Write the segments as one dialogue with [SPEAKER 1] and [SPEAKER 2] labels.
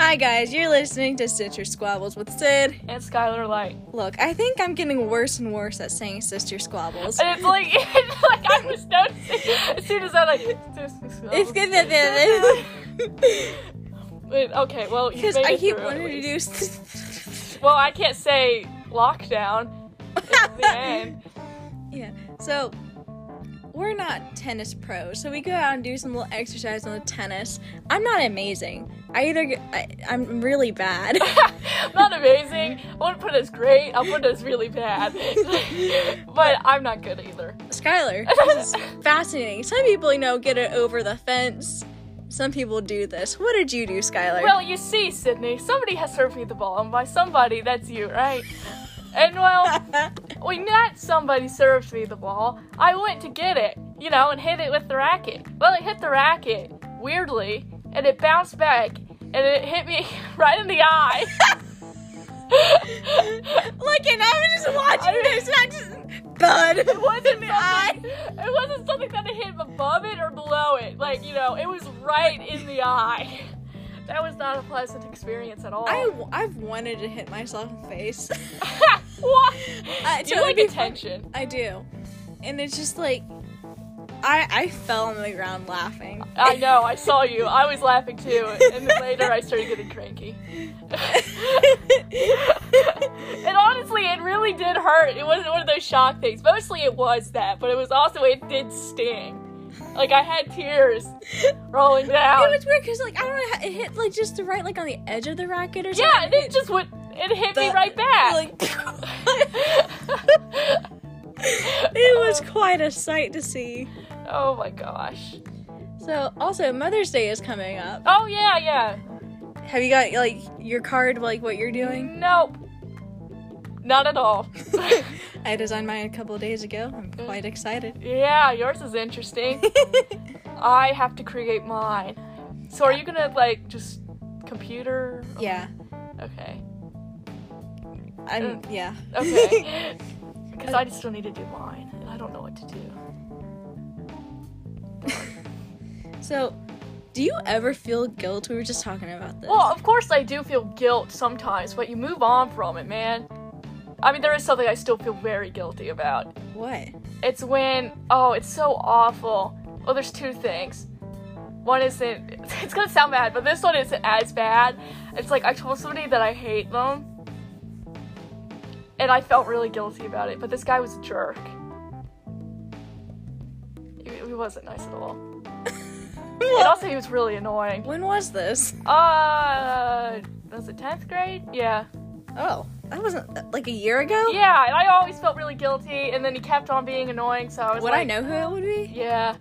[SPEAKER 1] Hi guys, you're listening to Sister Squabbles with Sid.
[SPEAKER 2] and Skylar Light.
[SPEAKER 1] Look, I think I'm getting worse and worse at saying Sister Squabbles.
[SPEAKER 2] And it's like, it's like I was noticing as soon as I like. It's
[SPEAKER 1] It's good
[SPEAKER 2] Wait, okay, well you
[SPEAKER 1] because
[SPEAKER 2] made
[SPEAKER 1] I
[SPEAKER 2] it
[SPEAKER 1] keep
[SPEAKER 2] through at
[SPEAKER 1] wanting to
[SPEAKER 2] least.
[SPEAKER 1] do.
[SPEAKER 2] Well, I can't say lockdown. It's the end.
[SPEAKER 1] yeah. So we're not tennis pros, so we go out and do some little exercise on the tennis. I'm not amazing. I either get, I, I'm really bad.
[SPEAKER 2] not amazing. I wouldn't put it as great. I put it as really bad. but I'm not good either.
[SPEAKER 1] Skylar, this is fascinating. Some people, you know, get it over the fence. Some people do this. What did you do, Skylar?
[SPEAKER 2] Well, you see, Sydney, somebody has served me the ball, and by somebody, that's you, right? And well, when that somebody served me the ball, I went to get it, you know, and hit it with the racket. Well, it hit the racket, weirdly, and it bounced back, and it hit me right in the eye.
[SPEAKER 1] Look, and I was just watching
[SPEAKER 2] I-
[SPEAKER 1] this, and I just bud.
[SPEAKER 2] It wasn't something, it wasn't something that hit above it or below it. Like, you know, it was right in the eye. That was not a pleasant experience at all.
[SPEAKER 1] I I've wanted to hit myself in the face.
[SPEAKER 2] what?
[SPEAKER 1] Uh,
[SPEAKER 2] you
[SPEAKER 1] so it'd
[SPEAKER 2] like
[SPEAKER 1] be fun-
[SPEAKER 2] attention.
[SPEAKER 1] I do, and it's just like I I fell on the ground laughing.
[SPEAKER 2] I know. I saw you. I was laughing too, and then later I started getting cranky. and honestly, it really did hurt. It wasn't one of those shock things. Mostly, it was that, but it was also it did sting. Like I had tears rolling down.
[SPEAKER 1] It was weird because like I don't know, how- it hit like just the right like on the edge of the racket or something.
[SPEAKER 2] yeah, and it just went. It hit me
[SPEAKER 1] The-
[SPEAKER 2] right back.
[SPEAKER 1] it was quite a sight to see.
[SPEAKER 2] oh my gosh.
[SPEAKER 1] So also Mother's Day is coming up.
[SPEAKER 2] Oh yeah, yeah.
[SPEAKER 1] Have you got like your card like what you're doing?
[SPEAKER 2] Nope. Not at all.
[SPEAKER 1] I designed mine a couple of days ago. I'm
[SPEAKER 2] Mm.
[SPEAKER 1] quite excited.
[SPEAKER 2] yeah, yours is interesting. I have to create mine. So are you gonna like just computer?
[SPEAKER 1] yeah.
[SPEAKER 2] Mm. Okay.
[SPEAKER 1] I'm yeah.
[SPEAKER 2] Mm. Okay. Because I just still need to do mine, and I don't know what to do.
[SPEAKER 1] so, do you ever feel guilt? We were just talking about this.
[SPEAKER 2] Well, of course I do feel guilt sometimes, but you move on from it, man. I mean, there is something I still feel very guilty about.
[SPEAKER 1] what?
[SPEAKER 2] It's when oh, it's so awful. Well, there's two things. One isn't. It's gonna sound bad, but this one isn't as bad. It's like I told somebody that I hate them, and I felt really guilty about it. But this guy was a jerk. He, he wasn't nice at all. And also, he was really annoying.
[SPEAKER 1] when was this?
[SPEAKER 2] Uh, was it 10th grade? Yeah.
[SPEAKER 1] Oh, that wasn't like a year ago.
[SPEAKER 2] Yeah, and I always felt really guilty, and then he kept on being annoying, so I was
[SPEAKER 1] Would
[SPEAKER 2] like,
[SPEAKER 1] I know who it would be?
[SPEAKER 2] Yeah.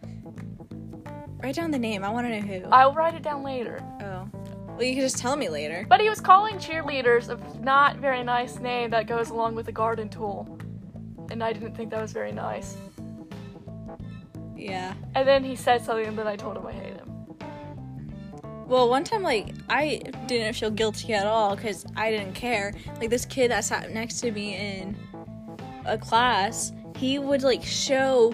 [SPEAKER 1] Write down the name. I want to know who.
[SPEAKER 2] I'll write it down later.
[SPEAKER 1] oh. Well, you can just tell me later.
[SPEAKER 2] But he was calling cheerleaders a not very nice name that goes along with a garden tool. And I didn't think that was very nice.
[SPEAKER 1] Yeah.
[SPEAKER 2] And then he said something, and then I told him I hate him.
[SPEAKER 1] Well, one time, like, I didn't feel guilty at all because I didn't care. Like, this kid that sat next to me in a class, he would, like, show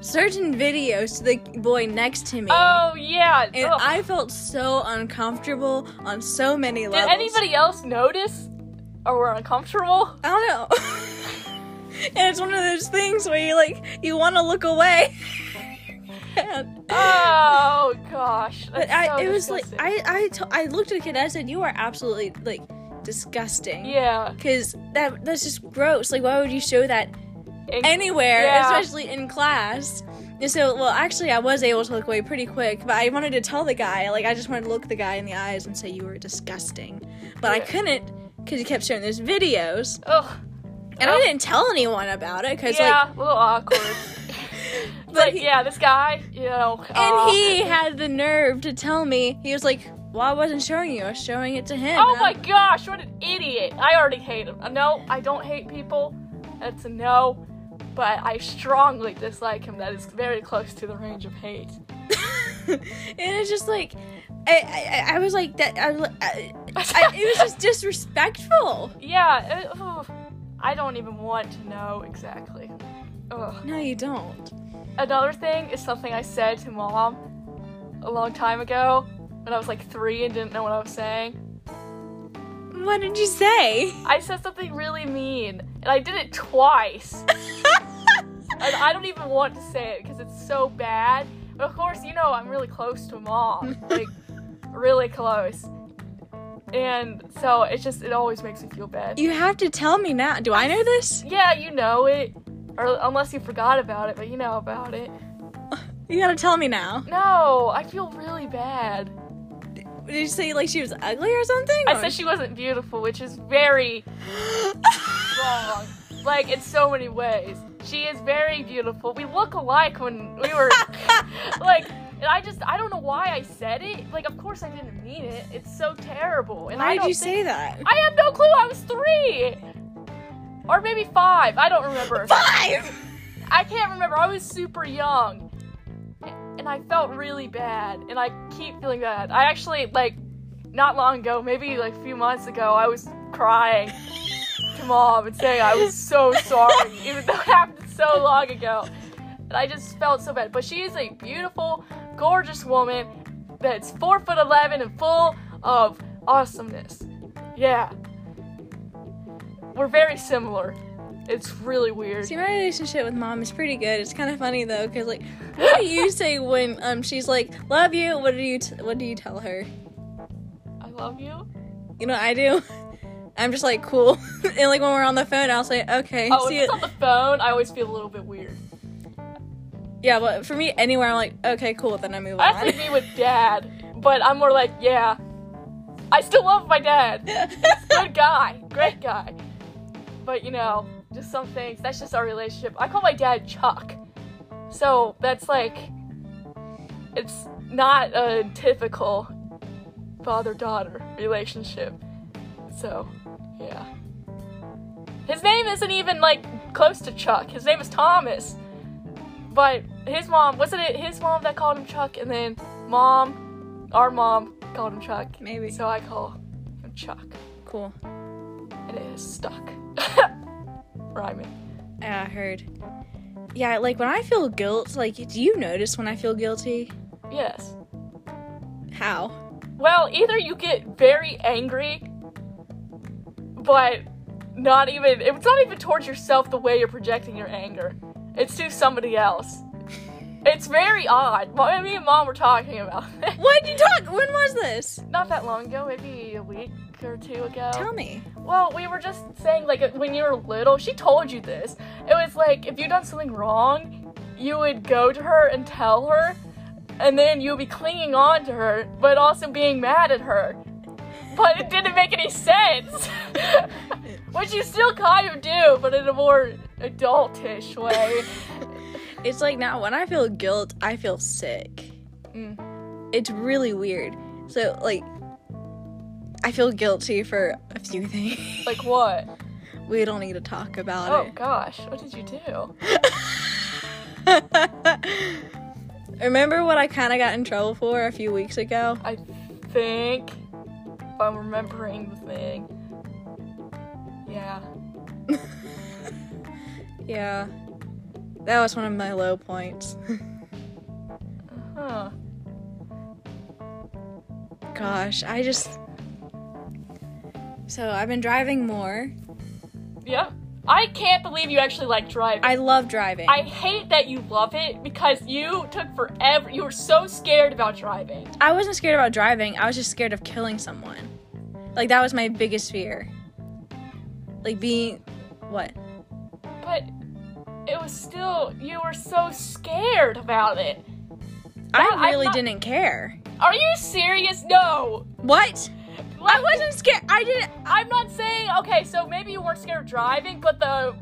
[SPEAKER 1] certain videos to the boy next to me.
[SPEAKER 2] Oh, yeah.
[SPEAKER 1] and
[SPEAKER 2] ugh.
[SPEAKER 1] I felt so uncomfortable on so many
[SPEAKER 2] Did
[SPEAKER 1] levels.
[SPEAKER 2] anybody else notice? Or were uncomfortable?
[SPEAKER 1] I don't know. and it's one of those things where you, like, you want to look away. And-
[SPEAKER 2] Oh, gosh.
[SPEAKER 1] But
[SPEAKER 2] That's
[SPEAKER 1] I,
[SPEAKER 2] so
[SPEAKER 1] it was like
[SPEAKER 2] disgusting.
[SPEAKER 1] I, I, to- I looked at the kid. and I said, "You are absolutely like disgusting."
[SPEAKER 2] Yeah.
[SPEAKER 1] Because that that's just gross. Like, why would you show that
[SPEAKER 2] And-
[SPEAKER 1] anywhere,
[SPEAKER 2] Yeah.
[SPEAKER 1] especially in class? And so, well, actually, I was able to look away pretty quick, but I wanted to tell the guy. Like, I just wanted to look the guy in the eyes and say, "You were disgusting," but I
[SPEAKER 2] Yeah.
[SPEAKER 1] couldn't because he kept showing those videos,
[SPEAKER 2] Ugh.
[SPEAKER 1] and
[SPEAKER 2] Oh.
[SPEAKER 1] I didn't tell anyone about it because,
[SPEAKER 2] Yeah, a little awkward.
[SPEAKER 1] like,
[SPEAKER 2] It's
[SPEAKER 1] but
[SPEAKER 2] like,
[SPEAKER 1] he-
[SPEAKER 2] yeah, this guy, you know. uh,
[SPEAKER 1] and he had the nerve to tell me he was like, "Well, I wasn't showing you. I was showing it to him."
[SPEAKER 2] Oh
[SPEAKER 1] And
[SPEAKER 2] my
[SPEAKER 1] I'm-
[SPEAKER 2] gosh, what an idiot. I already hate him. Uh, No, I don't hate people. That's a no. But I strongly dislike him. That is very close to the range of hate.
[SPEAKER 1] and it's just like I, I I was like that I, was like- I, I it was just disrespectful.
[SPEAKER 2] Yeah, it- oof. I don't even want to know exactly. Ugh.
[SPEAKER 1] No, you don't.
[SPEAKER 2] Another thing is something I said to mom a long time ago when I was like three and didn't know what I was saying.
[SPEAKER 1] What did you say?
[SPEAKER 2] I said something really mean, and I did it twice. and I don't even want to say it because it's so bad. But of course, you know I'm really close to mom, like really close. And so it just it always makes me feel bad.
[SPEAKER 1] You have to tell me now. Do I know this?
[SPEAKER 2] yeah, you know it, or unless you forgot about it, but you know about it.
[SPEAKER 1] You gotta tell me now.
[SPEAKER 2] No, I feel really bad.
[SPEAKER 1] Did you say like she was ugly or something?
[SPEAKER 2] I said she wasn't beautiful, which is very wrong. Like in so many ways. She is very beautiful. We look alike when we were like and I just I don't know why I said it. Like of course I didn't mean it. It's so terrible. And I
[SPEAKER 1] Why did
[SPEAKER 2] don't
[SPEAKER 1] you
[SPEAKER 2] think-
[SPEAKER 1] say that?
[SPEAKER 2] I have no clue. I was 3. Or maybe 5. I don't remember.
[SPEAKER 1] Five.
[SPEAKER 2] I can't remember. I was super young. And I felt really bad. And I keep feeling bad. I actually, like, not long ago, maybe like a few months ago, I was crying to mom and saying I was so sorry, even though it happened so long ago. And I just felt so bad. But she is a beautiful, gorgeous woman that's four foot eleven and full of awesomeness. Yeah. We're very similar. It's really weird.
[SPEAKER 1] See, my relationship with mom is pretty good. It's kind of funny though, cause like, what do you say when um she's like, "Love you"? What do you t- What do you tell her?
[SPEAKER 2] I love you.
[SPEAKER 1] You know, what I do. I'm just like cool, and like when we're on the phone, I'll say, "Okay,
[SPEAKER 2] Oh,
[SPEAKER 1] see
[SPEAKER 2] if
[SPEAKER 1] it."
[SPEAKER 2] it's on the phone, I always feel a little bit weird.
[SPEAKER 1] Yeah, but for me, anywhere, I'm like, "Okay, cool." Then I move
[SPEAKER 2] I have
[SPEAKER 1] on.
[SPEAKER 2] to be with dad, but I'm more like, yeah. I still love my dad. Good guy, great guy. But you know, just some things. That's just our relationship. I call my dad Chuck, so that's like, it's not a typical father-daughter relationship. So, yeah. His name isn't even like close to Chuck. His name is Thomas. But his mom wasn't it his mom that called him Chuck, and then mom, our mom called him Chuck.
[SPEAKER 1] Maybe.
[SPEAKER 2] So I call him Chuck,
[SPEAKER 1] cool.
[SPEAKER 2] and it is stuck. Rhyming.
[SPEAKER 1] Yeah, I heard. Yeah, like when I feel guilt, like, do you notice when I feel guilty?
[SPEAKER 2] Yes.
[SPEAKER 1] How?
[SPEAKER 2] Well, either you get very angry, but not even it's not even towards yourself the way you're projecting your anger. It's to somebody else. It's very odd. Mo- Me and mom were talking about it
[SPEAKER 1] What did you talk? When was this?
[SPEAKER 2] not that long ago, maybe a week or two ago.
[SPEAKER 1] Tell me.
[SPEAKER 2] Well, we were just saying, like, when you were little, she told you this. It was like, if you done something wrong, you would go to her and tell her, and then you'd be clinging on to her, but also being mad at her. But it didn't make any sense. Which you still kind of do, but in a more adultish way.
[SPEAKER 1] It's like now when I feel guilt, I feel sick.
[SPEAKER 2] Mm.
[SPEAKER 1] It's really weird. So like, I feel guilty for a few things.
[SPEAKER 2] like what?
[SPEAKER 1] we don't need to talk
[SPEAKER 2] Oh
[SPEAKER 1] about
[SPEAKER 2] gosh, what did you do?
[SPEAKER 1] it. Remember what I kind of got in trouble for a few weeks ago?
[SPEAKER 2] I think if I'm remembering the thing. Yeah.
[SPEAKER 1] Yeah, that was one of my low points.
[SPEAKER 2] Huh.
[SPEAKER 1] Gosh, I just. So I've been driving more.
[SPEAKER 2] Yep. I can't believe you actually like driving. I,
[SPEAKER 1] I love driving.
[SPEAKER 2] hate that you love it because you took forever. You were so scared about driving.
[SPEAKER 1] I wasn't scared about driving. I was just scared of killing someone. Like that was my biggest fear. Like being what?
[SPEAKER 2] But it was still, you were so scared about it. I'm
[SPEAKER 1] I really
[SPEAKER 2] not-
[SPEAKER 1] didn't care.
[SPEAKER 2] Are you serious? No.
[SPEAKER 1] What? I
[SPEAKER 2] Like,
[SPEAKER 1] wasn't scared. I didn't.
[SPEAKER 2] I'm not saying, okay, so maybe you weren't scared of driving, but the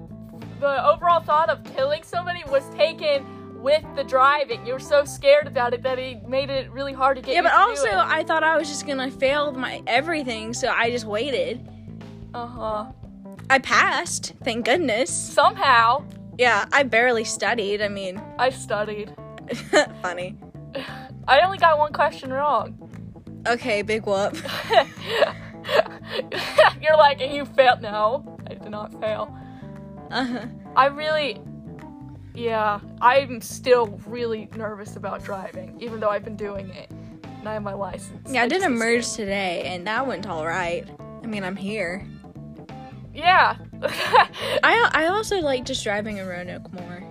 [SPEAKER 2] the overall thought of killing somebody was taken with the driving. You were so scared about it that it made it really hard to get
[SPEAKER 1] Yeah,
[SPEAKER 2] you
[SPEAKER 1] but also
[SPEAKER 2] to do it.
[SPEAKER 1] I thought I was just gonna fail my everything, so I just waited.
[SPEAKER 2] Uh-huh.
[SPEAKER 1] I passed, thank goodness.
[SPEAKER 2] Somehow,
[SPEAKER 1] Yeah, I barely studied. I mean,
[SPEAKER 2] I studied.
[SPEAKER 1] funny.
[SPEAKER 2] I only got one question wrong.
[SPEAKER 1] Okay, big whoop.
[SPEAKER 2] You're like, and you failed. No, I did not fail.
[SPEAKER 1] Uh-huh.
[SPEAKER 2] I really, yeah, I'm still really nervous about driving, even though I've been doing it. And I have my license.
[SPEAKER 1] Yeah, I did
[SPEAKER 2] just
[SPEAKER 1] a
[SPEAKER 2] was
[SPEAKER 1] merge
[SPEAKER 2] scared.
[SPEAKER 1] today, and that went all right. I mean, I'm here.
[SPEAKER 2] Yeah.
[SPEAKER 1] I I also like just driving in Roanoke more.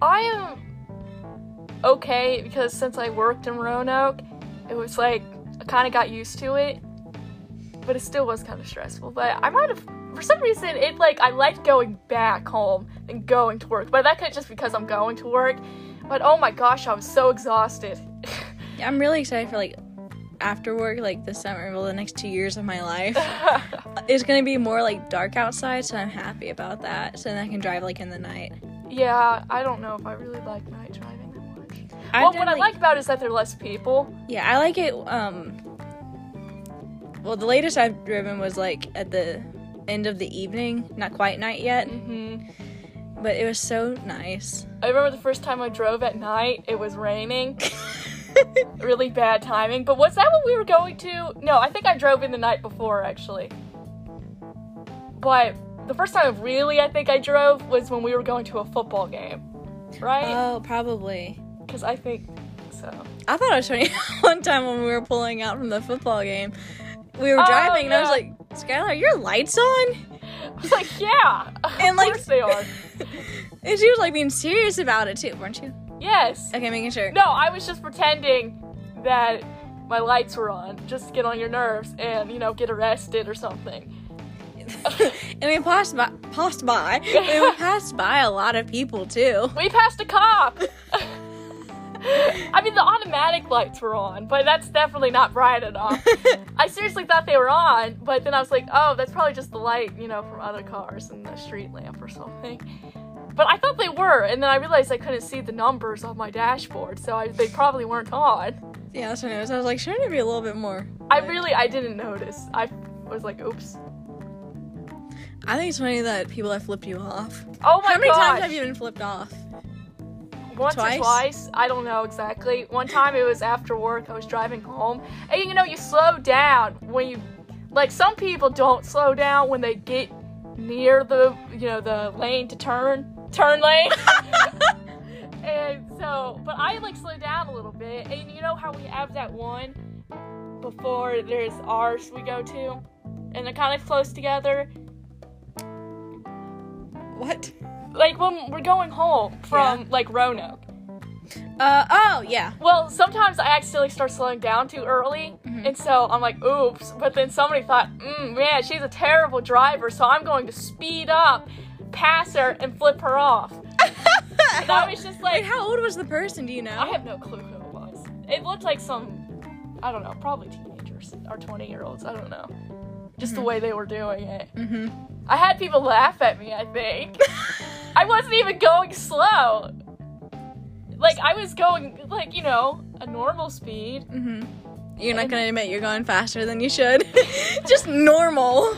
[SPEAKER 2] I am okay because since I worked in Roanoke, it was like I kind of got used to it, but it still was kind of stressful. But I might have, for some reason, it like I liked going back home and going to work, but that could just because I'm going to work. But oh my gosh, I was so exhausted.
[SPEAKER 1] Yeah, I'm really excited for like after work, like this summer, well, the next two years of my life. it's gonna be more like dark outside, so I'm happy about that. So then I can drive like in the night.
[SPEAKER 2] yeah, I don't know if I really like night driving that much.
[SPEAKER 1] I've
[SPEAKER 2] well,
[SPEAKER 1] done,
[SPEAKER 2] what I like about it is that there are less people.
[SPEAKER 1] Yeah, I like it. Um, well, the latest I've driven was like at the end of the evening, not quite night yet,
[SPEAKER 2] hmm
[SPEAKER 1] but it was so nice.
[SPEAKER 2] I remember the first time I drove at night, it was raining. really bad timing. But was that what we were going to? No, I think I drove in the night before actually. But the first time really I think I drove was when we were going to a football game, right?
[SPEAKER 1] Oh, probably.
[SPEAKER 2] Because I think so.
[SPEAKER 1] I thought I was funny one time when we were pulling out from the football game. We were
[SPEAKER 2] Oh,
[SPEAKER 1] driving, and I was
[SPEAKER 2] no.
[SPEAKER 1] like, Skylar, your lights on?
[SPEAKER 2] I was like, yeah,
[SPEAKER 1] And,
[SPEAKER 2] of
[SPEAKER 1] like-
[SPEAKER 2] course they are.
[SPEAKER 1] And she was like being serious about it too, weren't you?
[SPEAKER 2] Yes.
[SPEAKER 1] Okay, making sure.
[SPEAKER 2] No, I was just pretending that my lights were on, just to get on your nerves and you know get arrested or something.
[SPEAKER 1] and we passed by, passed by. and we passed by a lot of people too.
[SPEAKER 2] We passed a cop. I mean, the automatic lights were on, but that's definitely not bright enough. I seriously thought they were on, but then I was like, oh, that's probably just the light, you know, from other cars and the street lamp or something. But I thought they were, and then I realized I couldn't see the numbers on my dashboard, so I, they probably weren't on.
[SPEAKER 1] yeah, that's what it was. I was like, shouldn't it be a little bit more?
[SPEAKER 2] I
[SPEAKER 1] But
[SPEAKER 2] really, I didn't notice. I was like, oops.
[SPEAKER 1] I think it's funny that people have flipped you off.
[SPEAKER 2] Oh my
[SPEAKER 1] How many
[SPEAKER 2] gosh.
[SPEAKER 1] times have you been flipped off?
[SPEAKER 2] once
[SPEAKER 1] Twice?
[SPEAKER 2] or twice. I don't know exactly. One time it was after work. I was driving home, and you know you slow down when you, like some people don't slow down when they get near the you know the lane to turn turn lane. and so, but I like slow down a little bit, and you know how we have that one before there's ours we go to, and they're kind of close together.
[SPEAKER 1] What?
[SPEAKER 2] Like when we're going home from
[SPEAKER 1] Yeah.
[SPEAKER 2] like Roanoke.
[SPEAKER 1] Uh oh yeah.
[SPEAKER 2] Well, sometimes I accidentally start slowing down too early, and so I'm like, oops. But then somebody thought, mm, man, she's a terrible driver, so I'm going to speed up, pass her, and flip her off. And I was just
[SPEAKER 1] Like
[SPEAKER 2] like,
[SPEAKER 1] how old was the person? Do you know?
[SPEAKER 2] I have no clue who it was. It looked like some, I don't know, probably teenagers or 20 year olds, I don't know. Just the way they were doing it.
[SPEAKER 1] mm-hmm.
[SPEAKER 2] I had people laugh at me, I think. I wasn't even going slow. Like, I was going, like, you know, a normal speed.
[SPEAKER 1] Mm-hmm. You're not gonna admit you're going faster than you should. Just normal.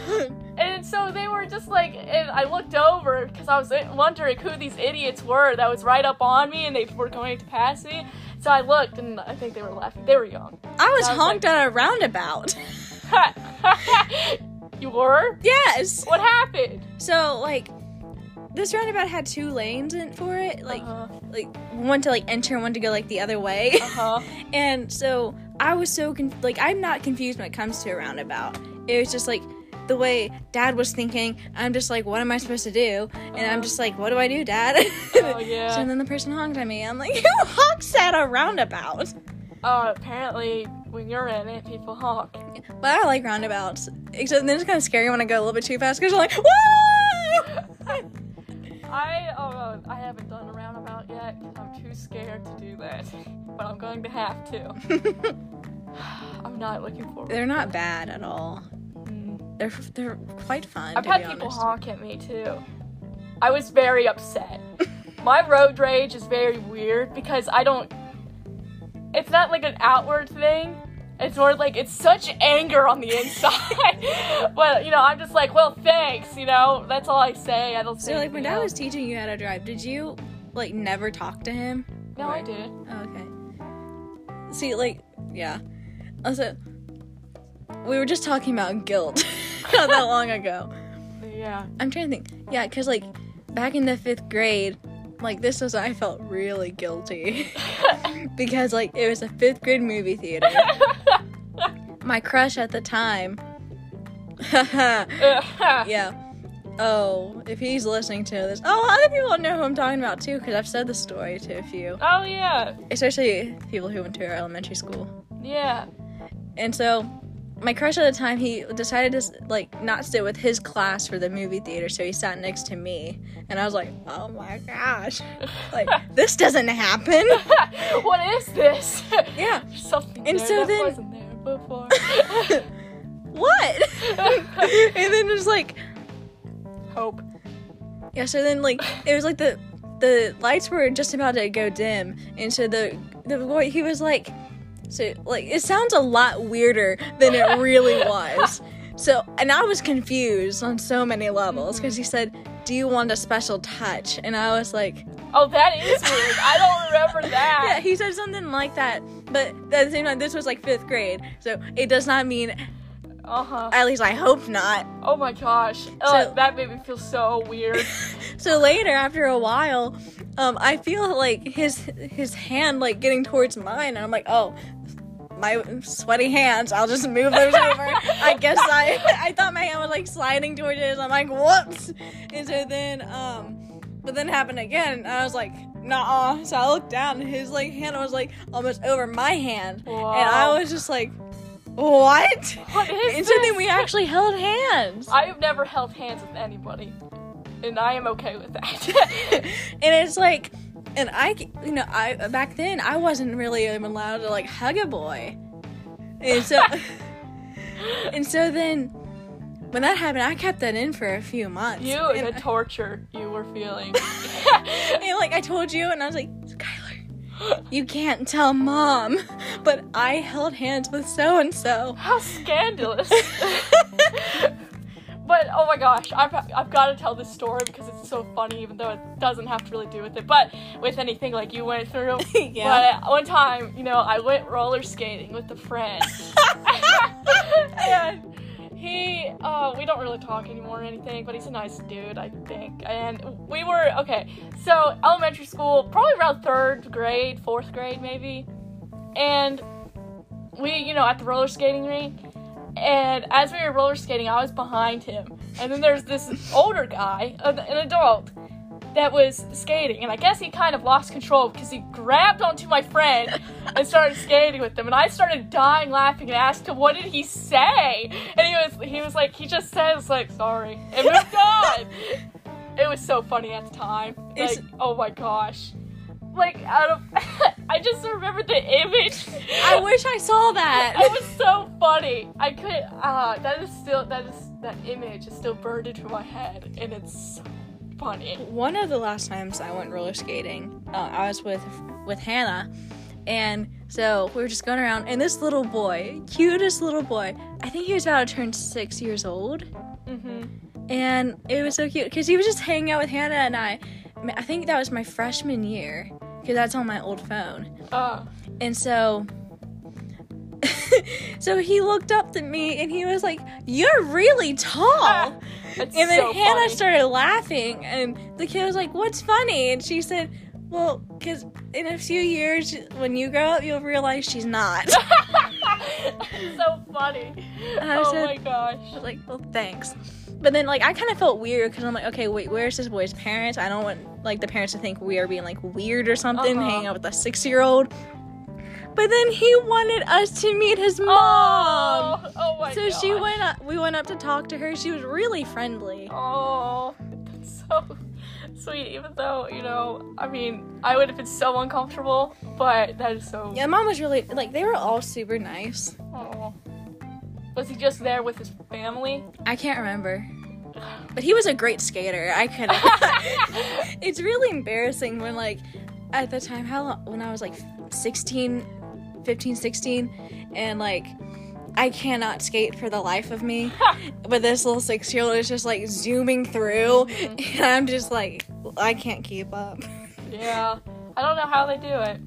[SPEAKER 2] And so they were just like, and I looked over because I was wondering who these idiots were that was right up on me and they were going to pass me. So I looked and I think they were laughing. They were young.
[SPEAKER 1] I was
[SPEAKER 2] Sounds like-
[SPEAKER 1] honked at a roundabout.
[SPEAKER 2] you were?
[SPEAKER 1] yes.
[SPEAKER 2] What happened?
[SPEAKER 1] So like this roundabout had two lanes in for it, like
[SPEAKER 2] uh
[SPEAKER 1] like one to like enter and one to go like the other way.
[SPEAKER 2] huh.
[SPEAKER 1] and so I was so conf- like I'm not confused when it comes to a roundabout. It was just like the way dad was thinking, I'm just like, what am I supposed to do? And I'm
[SPEAKER 2] Uh-huh.
[SPEAKER 1] just like, what do I do, dad?
[SPEAKER 2] Oh, yeah.
[SPEAKER 1] So then the person honked at me. I'm like, who honks at a roundabout?
[SPEAKER 2] Uh, apparently, when you're in it, people honk.
[SPEAKER 1] But I like roundabouts. Except then it's kind of scary when I go a little bit too fast because I'm like, whoa!
[SPEAKER 2] I uh, I haven't done a roundabout yet 'cause I'm too scared to do that, but I'm going to have to. I'm not looking forward.
[SPEAKER 1] They're not bad at all.
[SPEAKER 2] Mm.
[SPEAKER 1] They're they're quite fun.
[SPEAKER 2] I've
[SPEAKER 1] to
[SPEAKER 2] had
[SPEAKER 1] be
[SPEAKER 2] people
[SPEAKER 1] honest.
[SPEAKER 2] honk at me too. I was very upset. My road rage is very weird because I don't. It's not like an outward thing. It's more like it's such anger on the inside. but you know, I'm just like, well, thanks. You know, that's all I say. I don't say.
[SPEAKER 1] So like when
[SPEAKER 2] anything
[SPEAKER 1] dad was
[SPEAKER 2] else.
[SPEAKER 1] teaching you how to drive, did you like never talk to him?
[SPEAKER 2] No, I did.
[SPEAKER 1] Oh, okay. See, like, yeah. Also, we were just talking about guilt not that long ago.
[SPEAKER 2] Yeah.
[SPEAKER 1] I'm trying to think. Yeah, because, like, back in the fifth grade, like, this was, I felt really guilty. because, like, it was a fifth grade movie theater. My crush at the time
[SPEAKER 2] yeah.
[SPEAKER 1] yeah. Oh, if he's listening to this, oh, a lot of people know who I'm talking about too, because I've said the story to a few,
[SPEAKER 2] Oh yeah.
[SPEAKER 1] especially people who went to our elementary school.
[SPEAKER 2] Yeah.
[SPEAKER 1] And so, my crush at the time, he decided to like not sit with his class for the movie theater, so he sat next to me, and I was like, oh my gosh, like this doesn't happen.
[SPEAKER 2] what is this?
[SPEAKER 1] Yeah.
[SPEAKER 2] Something
[SPEAKER 1] And
[SPEAKER 2] there
[SPEAKER 1] so
[SPEAKER 2] that
[SPEAKER 1] then-
[SPEAKER 2] wasn't there before.
[SPEAKER 1] what? and then just like
[SPEAKER 2] Hope.
[SPEAKER 1] Yeah, so then like it was like the the lights were just about to go dim, and so the the boy he was like, so like it sounds a lot weirder than it really was. So and I was confused on so many levels because he said, "Do you want a special touch?" And I was like,
[SPEAKER 2] Oh, that is weird. I don't remember
[SPEAKER 1] "Yeah."
[SPEAKER 2] that.
[SPEAKER 1] He said something like that, but at the same time, this was like fifth grade, so it does not mean.
[SPEAKER 2] Uh huh.
[SPEAKER 1] At least I hope not.
[SPEAKER 2] Oh my gosh. Uh,
[SPEAKER 1] So-
[SPEAKER 2] that made me feel so weird.
[SPEAKER 1] So later, after a while, um, I feel like his his hand like getting towards mine, and I'm like, oh, my sweaty hands. I'll just move those over. I guess I I thought my hand was like sliding towards his. I'm like, whoops. And so then, um, but then it happened again. And I was like, nah. So I looked down, and his like hand was like almost over my hand, and
[SPEAKER 2] Wow.
[SPEAKER 1] I was just like, what?
[SPEAKER 2] What is
[SPEAKER 1] And
[SPEAKER 2] this?
[SPEAKER 1] so then we actually held hands.
[SPEAKER 2] I have never held hands with anybody, and I am okay with that.
[SPEAKER 1] and it's like and i you know i back then i wasn't really even allowed to like hug a boy and so and so then when that happened i kept that in for a few months
[SPEAKER 2] you
[SPEAKER 1] and,
[SPEAKER 2] the torture you were feeling.
[SPEAKER 1] and, like i told you and i was like skylar you can't tell mom but i held hands with so and so
[SPEAKER 2] How scandalous! but oh my gosh, I've, I've got to tell this story because it's so funny, even though it doesn't have to really do with it. But with anything like you went through,
[SPEAKER 1] Yeah.
[SPEAKER 2] But one time, you know, I went roller skating with a friend, and he, uh, we don't really talk anymore or anything, but he's a nice dude, I think. And we were okay. So elementary school, probably around third grade, fourth grade, maybe, and we, you know, at the roller skating rink. And as we were roller skating, I was behind him. And then there's this older guy, an an adult, that was skating. And I guess he kind of lost control because he grabbed onto my friend and started skating with him. And I started dying laughing and asked him, "What did he say?" And he was he was like, he just says like, "Sorry," and moved on. It was so funny at the time. Like,
[SPEAKER 1] It's-
[SPEAKER 2] oh my gosh. Like out of, I just remembered the image.
[SPEAKER 1] i wish i saw
[SPEAKER 2] It
[SPEAKER 1] that
[SPEAKER 2] was so funny. I could. Uh, that is still. That is that image is still burned into my head, and it's so funny.
[SPEAKER 1] one of the last times I went roller skating, uh, I was with with Hannah, and so we were just going around, and this little boy, cutest little boy, I think he was about to turn six years old,
[SPEAKER 2] Mm-hmm.
[SPEAKER 1] and it was so cute because he was just hanging out with Hannah and I. I mean, I think that was my freshman year because that's on my old phone,
[SPEAKER 2] Uh,
[SPEAKER 1] and so. so he looked up to me and he was like, "You're really tall."
[SPEAKER 2] it's
[SPEAKER 1] And then
[SPEAKER 2] so
[SPEAKER 1] Hannah
[SPEAKER 2] funny.
[SPEAKER 1] started laughing, and the kid was like, "What's funny?" And she said, "Well, because in a few years, when you grow up, you'll realize she's not." I
[SPEAKER 2] It's so funny.
[SPEAKER 1] I
[SPEAKER 2] oh
[SPEAKER 1] said-
[SPEAKER 2] my gosh.
[SPEAKER 1] was like, "Well, thanks." But then, like, I kind of felt weird because I'm like, "Okay, wait, where's this boy's parents? I don't want like the parents to think we are being like weird or something,
[SPEAKER 2] Uh-huh.
[SPEAKER 1] hanging out with a six year old." But then he wanted us to meet his mom.
[SPEAKER 2] Oh, oh my
[SPEAKER 1] so she
[SPEAKER 2] gosh.
[SPEAKER 1] went up. We went up to talk to her. She was really friendly.
[SPEAKER 2] Oh, that's so sweet. Even though you know, I mean, I would have been so uncomfortable, but that is so.
[SPEAKER 1] Yeah, mom was really like they were all super nice.
[SPEAKER 2] Aw. Was he just there with his family?
[SPEAKER 1] I can't remember. But he was a great skater. I could. it's really embarrassing when, like, at the time, how long, when I was like 16, 15, 16, and like, I cannot skate for the life of me. but this little six year old is just like zooming through, and I'm just like, I can't keep up.
[SPEAKER 2] Yeah, I don't know how they do it.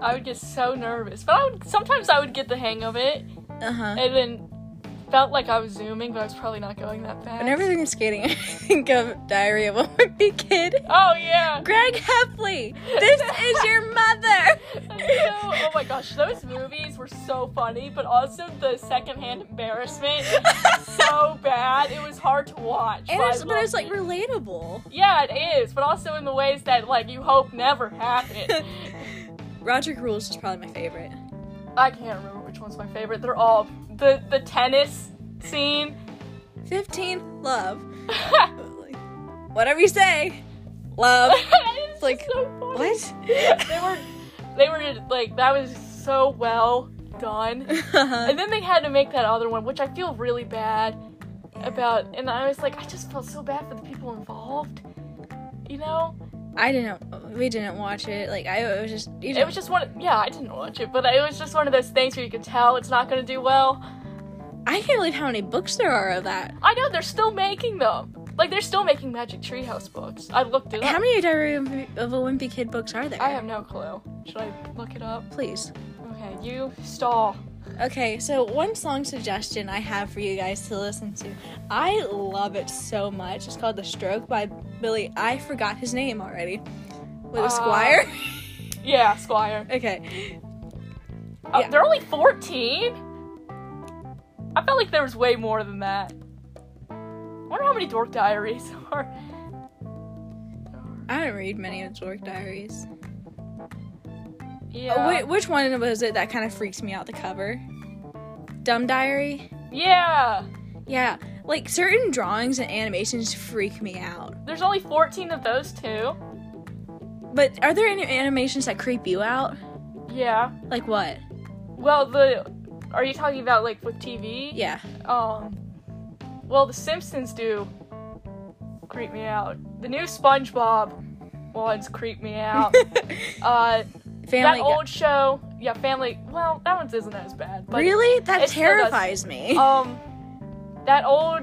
[SPEAKER 2] I would get so nervous, but I would sometimes I would get the hang of it,
[SPEAKER 1] Uh huh.
[SPEAKER 2] and then felt like I was zooming, but I was probably not going that fast.
[SPEAKER 1] Whenever I think of skating, I think of Diary of a Wimpy Kid.
[SPEAKER 2] oh yeah,
[SPEAKER 1] Greg Heffley, this is your mother.
[SPEAKER 2] That's so- oh my gosh, those movies were so funny, but also the secondhand embarrassment so bad. It was hard to watch.
[SPEAKER 1] And
[SPEAKER 2] I
[SPEAKER 1] it's, but it's
[SPEAKER 2] loved
[SPEAKER 1] like
[SPEAKER 2] it.
[SPEAKER 1] relatable.
[SPEAKER 2] yeah, it is, but also in the ways that like you hope never happen.
[SPEAKER 1] Roger Rules is probably my favorite.
[SPEAKER 2] I can't remember which one's my favorite. They're all the the tennis scene.
[SPEAKER 1] 15, love. Like, Whatever you say, love.
[SPEAKER 2] it's
[SPEAKER 1] Like,
[SPEAKER 2] so funny.
[SPEAKER 1] What?
[SPEAKER 2] they were they were like that was so well done. And then they had to make that other one, which I feel really bad about. And I was like, I just felt so bad for the people involved. You know,
[SPEAKER 1] I didn't, we didn't watch it. Like, I it was just, you
[SPEAKER 2] it was just one. Yeah, I didn't watch it, but it was just one of those things where you could tell it's not going to do well.
[SPEAKER 1] I can't believe how many books there are of that.
[SPEAKER 2] I know they're still making them. Like they're still making Magic Treehouse books. I looked it up.
[SPEAKER 1] How many Diary of of a Wimpy Kid books are there?
[SPEAKER 2] I have no clue. Should I look it up?
[SPEAKER 1] Please.
[SPEAKER 2] Okay, you stall.
[SPEAKER 1] Okay, so one song suggestion I have for you guys to listen to. I love it so much. It's called The Stroke by Billy. I forgot his name already. With
[SPEAKER 2] Uh,
[SPEAKER 1] a squire?
[SPEAKER 2] Yeah, Squire.
[SPEAKER 1] okay.
[SPEAKER 2] Uh,
[SPEAKER 1] Yeah.
[SPEAKER 2] They're only 14? I felt like there was way more than that. I wonder how many dork diaries are.
[SPEAKER 1] I don't read many of Zork Diaries.
[SPEAKER 2] Yeah.
[SPEAKER 1] Oh, wait, which one was it that kind of freaks me out the cover? Dumb Diary?
[SPEAKER 2] Yeah.
[SPEAKER 1] Yeah. Like certain drawings and animations freak me out.
[SPEAKER 2] There's only 14 of those two.
[SPEAKER 1] But are there any animations that creep you out?
[SPEAKER 2] Yeah.
[SPEAKER 1] Like what?
[SPEAKER 2] Well, the. Are you talking about like with TV?
[SPEAKER 1] Yeah.
[SPEAKER 2] Um. Well, The Simpsons do creep me out. The new SpongeBob ones creep me out. uh, that
[SPEAKER 1] Family Guy.
[SPEAKER 2] old show, yeah, Family. Well, that one isn't as bad. But
[SPEAKER 1] Really? That
[SPEAKER 2] it still does-
[SPEAKER 1] terrifies me.
[SPEAKER 2] um that old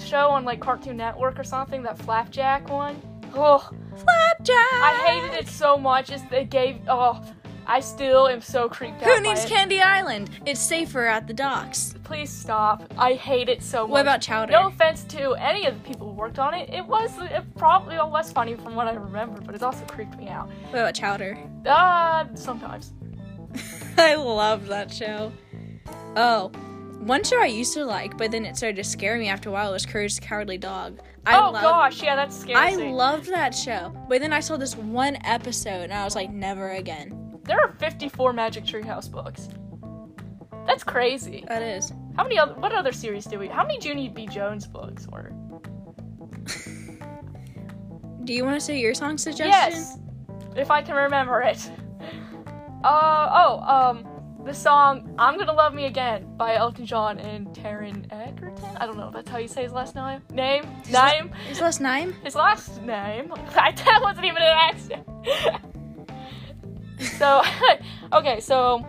[SPEAKER 2] show on like Cartoon Network or something, that Flapjack one. Oh,
[SPEAKER 1] Flapjack.
[SPEAKER 2] I hated it so much. It's they gave. Oh, I still am so creeped out.
[SPEAKER 1] Who
[SPEAKER 2] by
[SPEAKER 1] needs
[SPEAKER 2] it.
[SPEAKER 1] Candy Island? It's safer at the docks.
[SPEAKER 2] Please stop. I hate it so much.
[SPEAKER 1] What about Chowder?
[SPEAKER 2] No offense to any of the people who worked on it. It was it probably was funny from what I remember, but it also creeped me out.
[SPEAKER 1] What about Chowder?
[SPEAKER 2] Uh, sometimes.
[SPEAKER 1] I love that show. Oh, one show I used to like, but then it started to scare me after a while was Courage the Cowardly Dog. I
[SPEAKER 2] oh
[SPEAKER 1] love
[SPEAKER 2] gosh, yeah, that's scary.
[SPEAKER 1] I loved that show, but then I saw this one episode and I was like, never again.
[SPEAKER 2] there are 54 Magic Tree House books. That's crazy.
[SPEAKER 1] That is.
[SPEAKER 2] How many other what other series do we how many Junie B. Jones books were?
[SPEAKER 1] Do you want to say your song suggestion?
[SPEAKER 2] Yes. If I can remember it. Uh oh, um the song I'm Gonna Love Me Again by Elton John and Taryn Egerton. I don't know if that's how you say his last name. Name?
[SPEAKER 1] la-
[SPEAKER 2] Name?
[SPEAKER 1] Is last name?
[SPEAKER 2] His last name. I that wasn't even an accent. so okay, so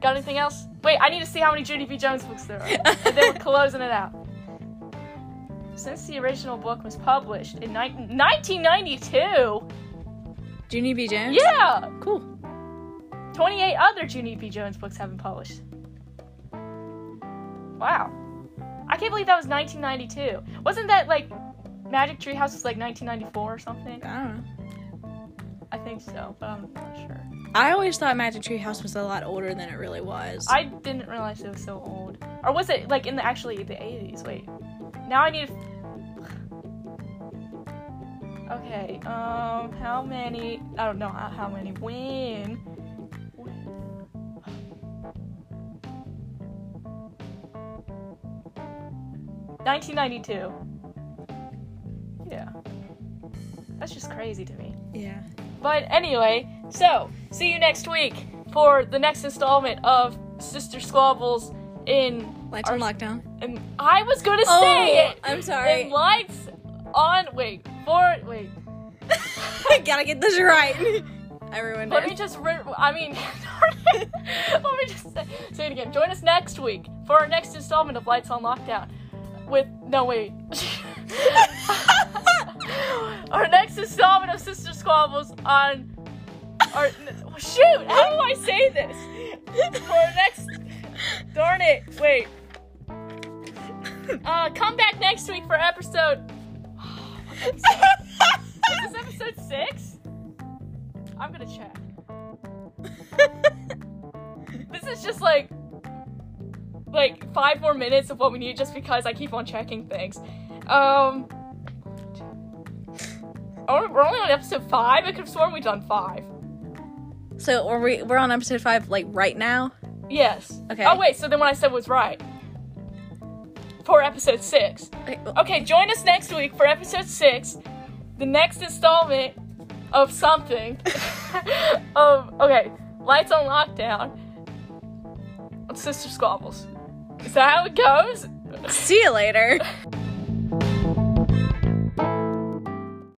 [SPEAKER 2] got anything else? Wait, I need to see how many Judy B. Jones books there are. and they were closing it out. Since the original book was published in ni- 1992,
[SPEAKER 1] Junie B. Jones?
[SPEAKER 2] yeah,
[SPEAKER 1] Cool.
[SPEAKER 2] 28 other Junie B. Jones books have been published. Wow, I can't believe that was 1992. Wasn't that like Magic Tree House was like 1994 or something?
[SPEAKER 1] I don't know.
[SPEAKER 2] I think so, but I'm not sure.
[SPEAKER 1] I always thought Magic Tree House was a lot older than it really was.
[SPEAKER 2] I didn't realize it was so old, or was it like in the actually the 80s? Wait, now I need. to- Okay, um, how many? I don't know how, how many. When? Nineteen ninety-two. Yeah, that's just crazy to me.
[SPEAKER 1] yeah.
[SPEAKER 2] But anyway, so see you next week for the next installment of Sister Squabbles in.
[SPEAKER 1] Lights
[SPEAKER 2] our-
[SPEAKER 1] on lockdown.
[SPEAKER 2] in- I was gonna
[SPEAKER 1] Oh,
[SPEAKER 2] say it.
[SPEAKER 1] I'm sorry.
[SPEAKER 2] In lights on. Wait for wait.
[SPEAKER 1] I gotta get this right. I ruined
[SPEAKER 2] Let me
[SPEAKER 1] it.
[SPEAKER 2] just. Re- I mean, let me just say, say it again. Join us next week for our next installment of Lights on Lockdown. With no wait. our next installment of Sister Squabbles on. Our shoot. How do I say this? For our next. Darn it! Wait. Uh, come back next week for episode. Is this episode six? I'm gonna check. it's just like like five more minutes of what we need just because I keep on checking things. Um, oh, we're only on episode five. I could have sworn we'd done five.
[SPEAKER 1] So are we we're on episode five like right now?
[SPEAKER 2] Yes.
[SPEAKER 1] Okay.
[SPEAKER 2] Oh wait, so then what I said was right. For episode six.
[SPEAKER 1] Okay, well,
[SPEAKER 2] Okay, join us next week for episode six, the next installment of something. um, okay, lights on lockdown. Sister squabbles. Is that how it goes?
[SPEAKER 1] See you later.